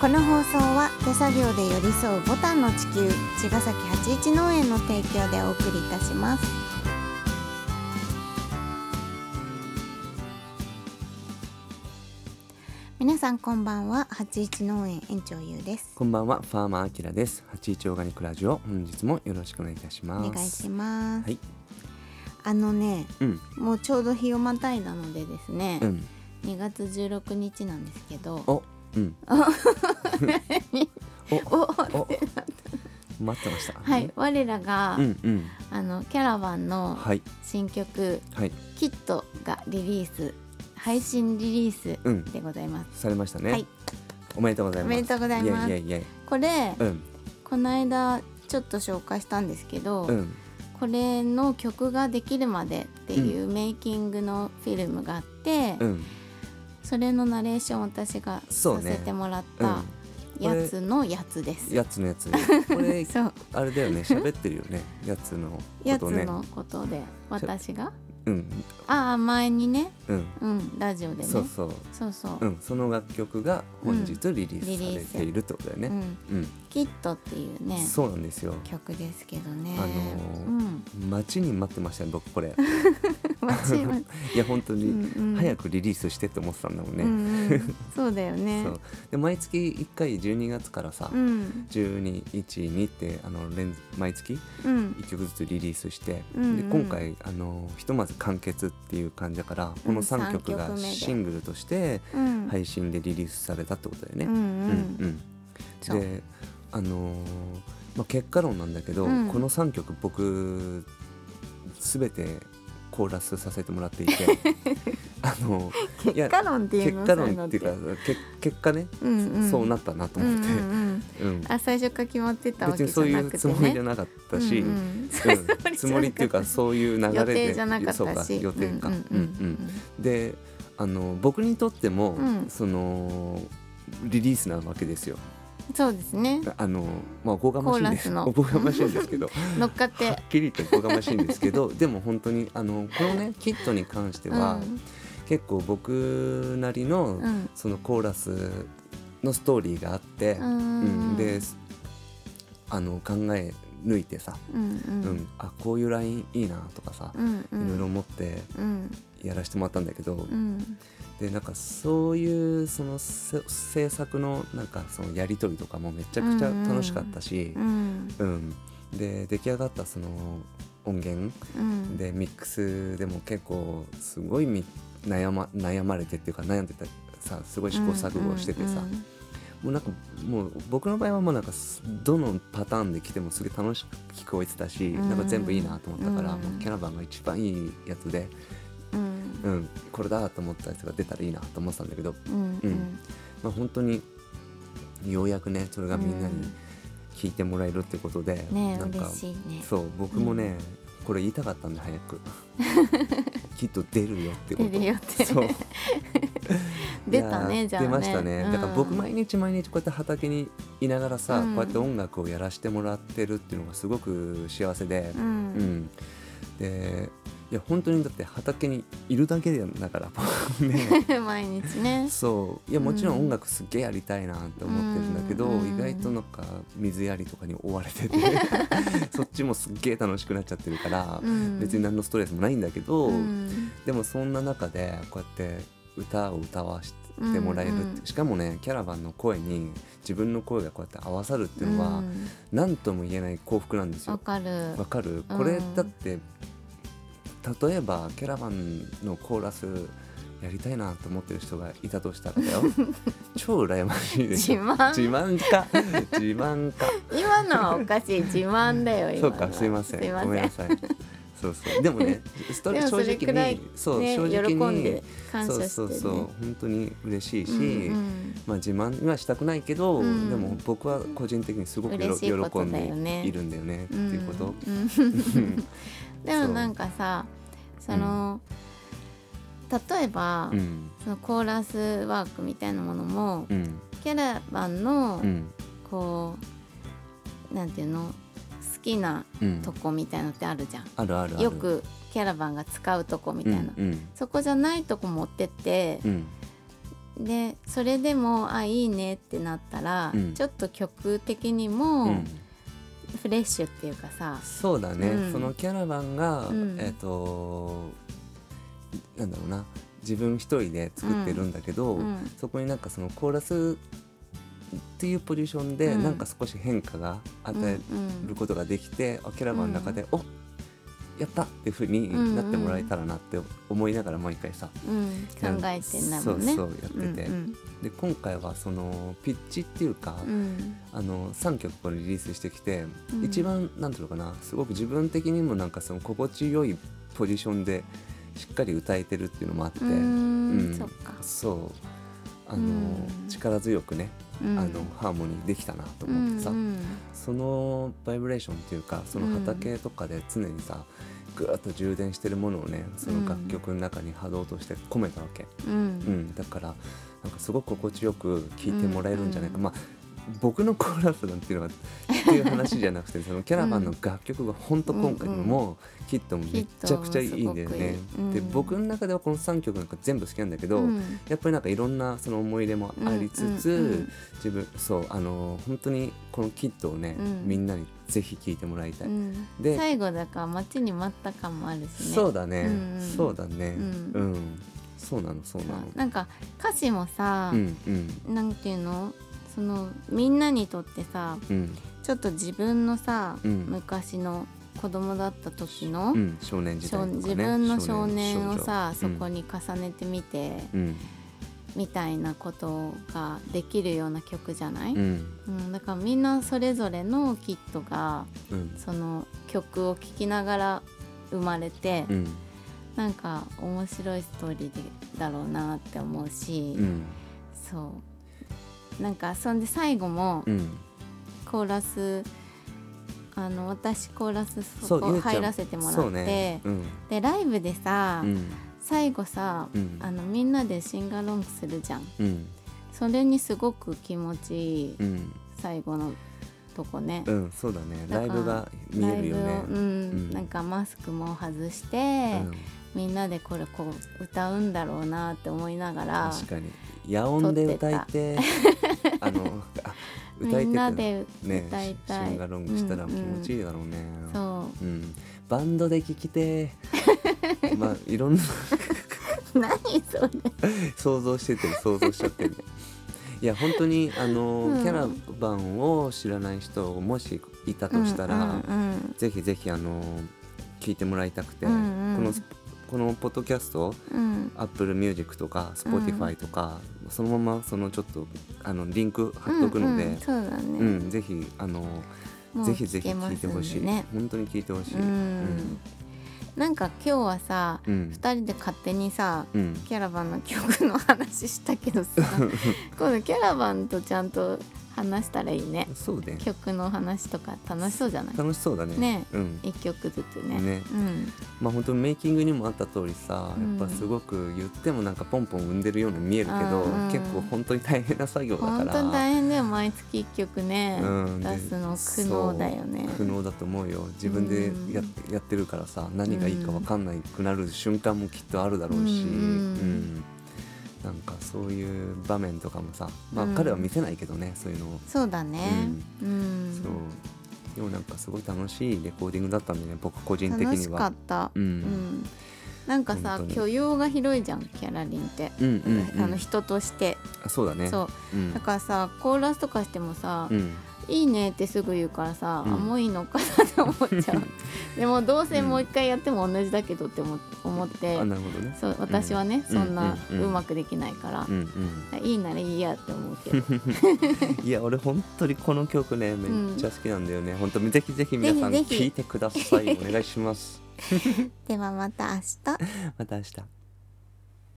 この放送は手作業で寄り添うボタンの地球茅ヶ崎八一農園の提供でお送りいたします皆さんこんばんは八一農園園長ゆうですこんばんは、ファーマーアキラです。八一オーガニックラジオ、本日もよろしくお願いいたしおます。願いします、はいあのねうん、もうちょうど日をまたいだのでですね、うん、 2月16日なんですけどお、うん。お、おお、待ってました。はい、我らが、うん、うん、あのキャラバンのはい、新曲はい、 「キット」がリリース配信リリーうんス、でございます。されましたね。はい、おめでとうございます。おめでとうございますイェイイェイイこれ、ェイうん、この間ちょっと紹介したんですけど、うん、これの曲ができるまでっていうメイキングのフィルムがあって、うん、それのナレーションを私がそさうねせてもらっうたん。やつのやつです。、やつのやつ。こ れそうあれだよね、喋ってるよね。やつのこやとつね。のことで私がうん、ああ前にね、うん、うん、ラジオでねそうそう。そうそううん、その楽曲が本日リリースされているってことだようね。んうん、キットっていうねそうなんですよ。曲ですけどね、あのー うん、待ちに待ってましたね僕こ れ待ち待ちいや本当うにんうん早くリリースしてって思ってたんだもんね、うんうんそうだよねそうで毎月1回12月からさ、うん1212ってあの連毎月うん1曲ずつリリースして、うんうんで今回あのひとまず完結っていう感じだからこのうん三3曲曲が目でシングルとしてうん配信でリリースされたってことだよね。うんうんうんそうであのーまあ、結果論なんだけど、うんこの3曲僕全てコーラスさせてもらって いてあのい結や果論っていう結の果論っていうそかけ結果ね、ういうのってうんうん、そうなったなとうん思って、うんうんうんあ最初から決まってたわ別けにじそゃういなうくつてねもりじゃなかったし、ううんんうんつもりっていうかそういう流予れで定じゃなかっそうたかし予定か。うんううんうんんであの僕にとっても、うんそのリリースなわけですよ。うんそうですねあのまあおこがましいんですコーラスのおこがましいんです けどは乗っかってっきりとおこがましいんですけどでも本当にあのこのねキットに関しては、結構僕なりの、うんうんそのコーラスのストーリーがあって、うーんうんですあの考え抜いてさ、うんうんうんあこういうラインいいなとかさ、うんうんいろいろ思ってうんやらせてもらったんだけど、うんでなんかそういうそのせ制作のなんかそのやり取りとかもめちゃくちゃ楽しかったしう、んうんで出来上がったその音源うんでミックスでも結構すごいみ悩ま悩まれてっていうか悩んでたさすごい試行錯誤しててさ、うんもうなんかもう僕の場合はもうなんかすどのパターンで来てもすげえ楽しく聞こえてたし、うんなんか全部いいなと思ったから、うんもうキャラバンが一番いいやつで、うんうん、これだと思ったやつが出たらいいなと思ってたんだけどうんううんんまあ、本当にようやくねそれがみんなに聞いてもらえるってことで、うんねなんか嬉しいねそう僕もね、これ言いたかったんで早く きっと出るよってこと出るよってそう 出たねいやーじゃあね出ましたね、だからう僕ん毎日毎日こうやって畑にいながらさ、うんこうやって音楽をやらせてもらってるっていうのがすごく幸せでう、うんんでいや本当にだって畑にいるだけだから 僕ね毎日ねそういやもちろんうん音楽すっげえやりたいなって思ってるんだけど、うん意外となんか水やりとかに追われてて そっちもすっげえ楽しくなっちゃってるから、うん別に何のストレスもないんだけど、うんでもそんな中でこうやって歌を歌わせてもらえるって、うんうんしかもねキャラバンの声に自分の声がこうやって合わさるっていうのうはん何とも言えない幸福なんですわよ。かるわかるうんこれだって、例えばキャラバンのコーラスやりたいなと思ってる人がいたとしたらだ よ超羨ましいでしょ自慢自慢か自慢か今のはおかしい自慢だよ今そのうはかすいませんすいまごめんせなんさいそうそうで もねストレでもそ正れくら直いにそう、ね正直に喜んで感謝してねそうそうそう本当に嬉しいし、うんまあ、自慢はしたくないけど、うんでも僕は個人的にすごくよろ嬉しいこと喜んだでよねいるんだよねってうんいうこと。うんうんでもなんかさその例えばうんそのコーラスワークみたいなものもうんキャラバンのうんこうなんていうの好きなうんとこみたいのってあるじゃん、あるあるあるよくキャラバンが使うとこみみたいな、うんそこじゃないとこ持ってってうんでそれでもあいいねってなったら、うんちょっと曲的にうもんフレッシュっていうかさ、そうだね、うんそのキャラバンが、うんえっ、となんだろうな自分一人で作ってるんだけど、うんうんそこになんかそのコーラスっていうポジションで、うんなんか少し変化が与うんうえんることができて、あキャラバンの中で、おやったっていうふうになってもらえたらなって思いながら毎回さ、うん、考えてんだもんね。そうそうやってて、うんで今回はそのピッチっていうか、うんあの3曲これリリースしてきて、うん一番なんていうのかなすごく自分的にもなんかその心地よいポジションでしっかり歌えてるっていうのもあって、うん、うーんうんそっか、そうあうの、ん力強くね、うん、あのハーモニーできたなと思ってさ、うんうんそのバイブレーションっていうかその畑とかで常にさぐーっと充電してるものをねその楽曲の中に波動として込めたわけ。ううんん、だからなんかすごく心地よく聞いてもらえるんじゃないか、うんまあ僕のコーラスなんていうのはっていう話じゃなくてそのキャラバンの楽曲が本当今回うんうんもヒットもめちゃくちゃいいんだよねヒットもす。ごくいいでうん僕の中ではこの3曲なんか全部好きなんだけど、うんやっぱりなんかいろんなその思い入れもありつつ、うんうんうん自分そうあの本当にこのキットをね、うんみんなにぜひ聞いてもらいたい。うんで最後だから待ちに待った感もあるしねそうだね、うんうんそうだね、ううんそうなのそうなの。なんか歌詞もさう、んうんなんていうのそのみんなにとってさうんちょっと自分のさ、うん昔の子供だった時の、うん、少年時代少とかね自分の少年をさ少そ年少こ女に重ねてみて、うんみたいなことができるような曲じゃない、ううんんだからみんなそれぞれのキットがうんその曲を聴きながら生まれて、うんなんか面白いストーリーでだろうなって思うし、うんそうなんかそんで最後もうんコーラス、あの私コーラスそそうゆこうちゃ入んらせてもらって、そうねうんでライブでさ、うん最後さ、うんあのみんなでシンガロングするじゃんうんそれにすごく気持ちいいうん最後のとこね、うんそうだねだラからイブが見えるよライねブをうんうんなんかマスクも外しうて、んみんなでこれこう歌うんだろうなって思いながら確かに野音で歌いてあのあ歌みいんなてでてね歌いたい、シンガロングしたら気持ちいい、いだろうねうんそうんバンドで聴きて まあいろんなう 何それ想像してて想像しちゃ ってるいや本当にあの、うんキャラバンを知らない人もしいたとしたら、うんぜひぜひあの聞いてもらいたくて、うんうんこのスこのポッドキャストうんうん、 Apple Music とかうん Spotify とか、そのままそのちょっとあのリンク貼っとくので、うんうんそうだうんね、ぜひあのもうぜひぜひ聞けま聞いすてんでほしい、ね本当に聞いてほしい。うんなんか今日はさ、う二ん人で勝手にさうんキャラバンの曲の話したけ どさ今度キャラバンとちゃんと話したらいいねそうね曲の話とか楽しそうじゃない楽しそうだね。ねうん一曲ずつねねうん、まあ本当メイキングにもあった通りさ、うんやっぱすごく言ってもなんかポンポン産んでるように見えるけど、うん結構本当に大変な作業だか本ら当に大変だよ毎月一曲ね、うん出すの苦悩だよね苦悩だと思うよ自分でや,、やってるからさ何がいいか分かんないくなる瞬間もきっとあるだろうし、うんうんなんかそういう場面とかもさ、まあ、彼は見せないけどね、そういうのを、そうだねうん、そうでもなんかすごい楽しいレコーディングだったんだよね僕個人的楽にしかはっ。たうんうんなんかさ本当に許容が広いじゃんキャラリンって、うんうんうんあの人として、あそうだねそううんだからさコーラスとかしてもさ「うんいいね」ってすぐ言うからさ、うんあもういいのかなって思っちゃ うでもどうせもう一回やっても同じだけどって思思って、あなるほどねそう私はね、うんそんなううんうんうんまくできないからう、んうんいいならいいやって思うけどぜいや俺本当にこの曲ねめっちゃ好きなんだよね、本当にぜひぜひ皆さんぜひぜひ 聴いてくださいお願いしますではまた明日また明日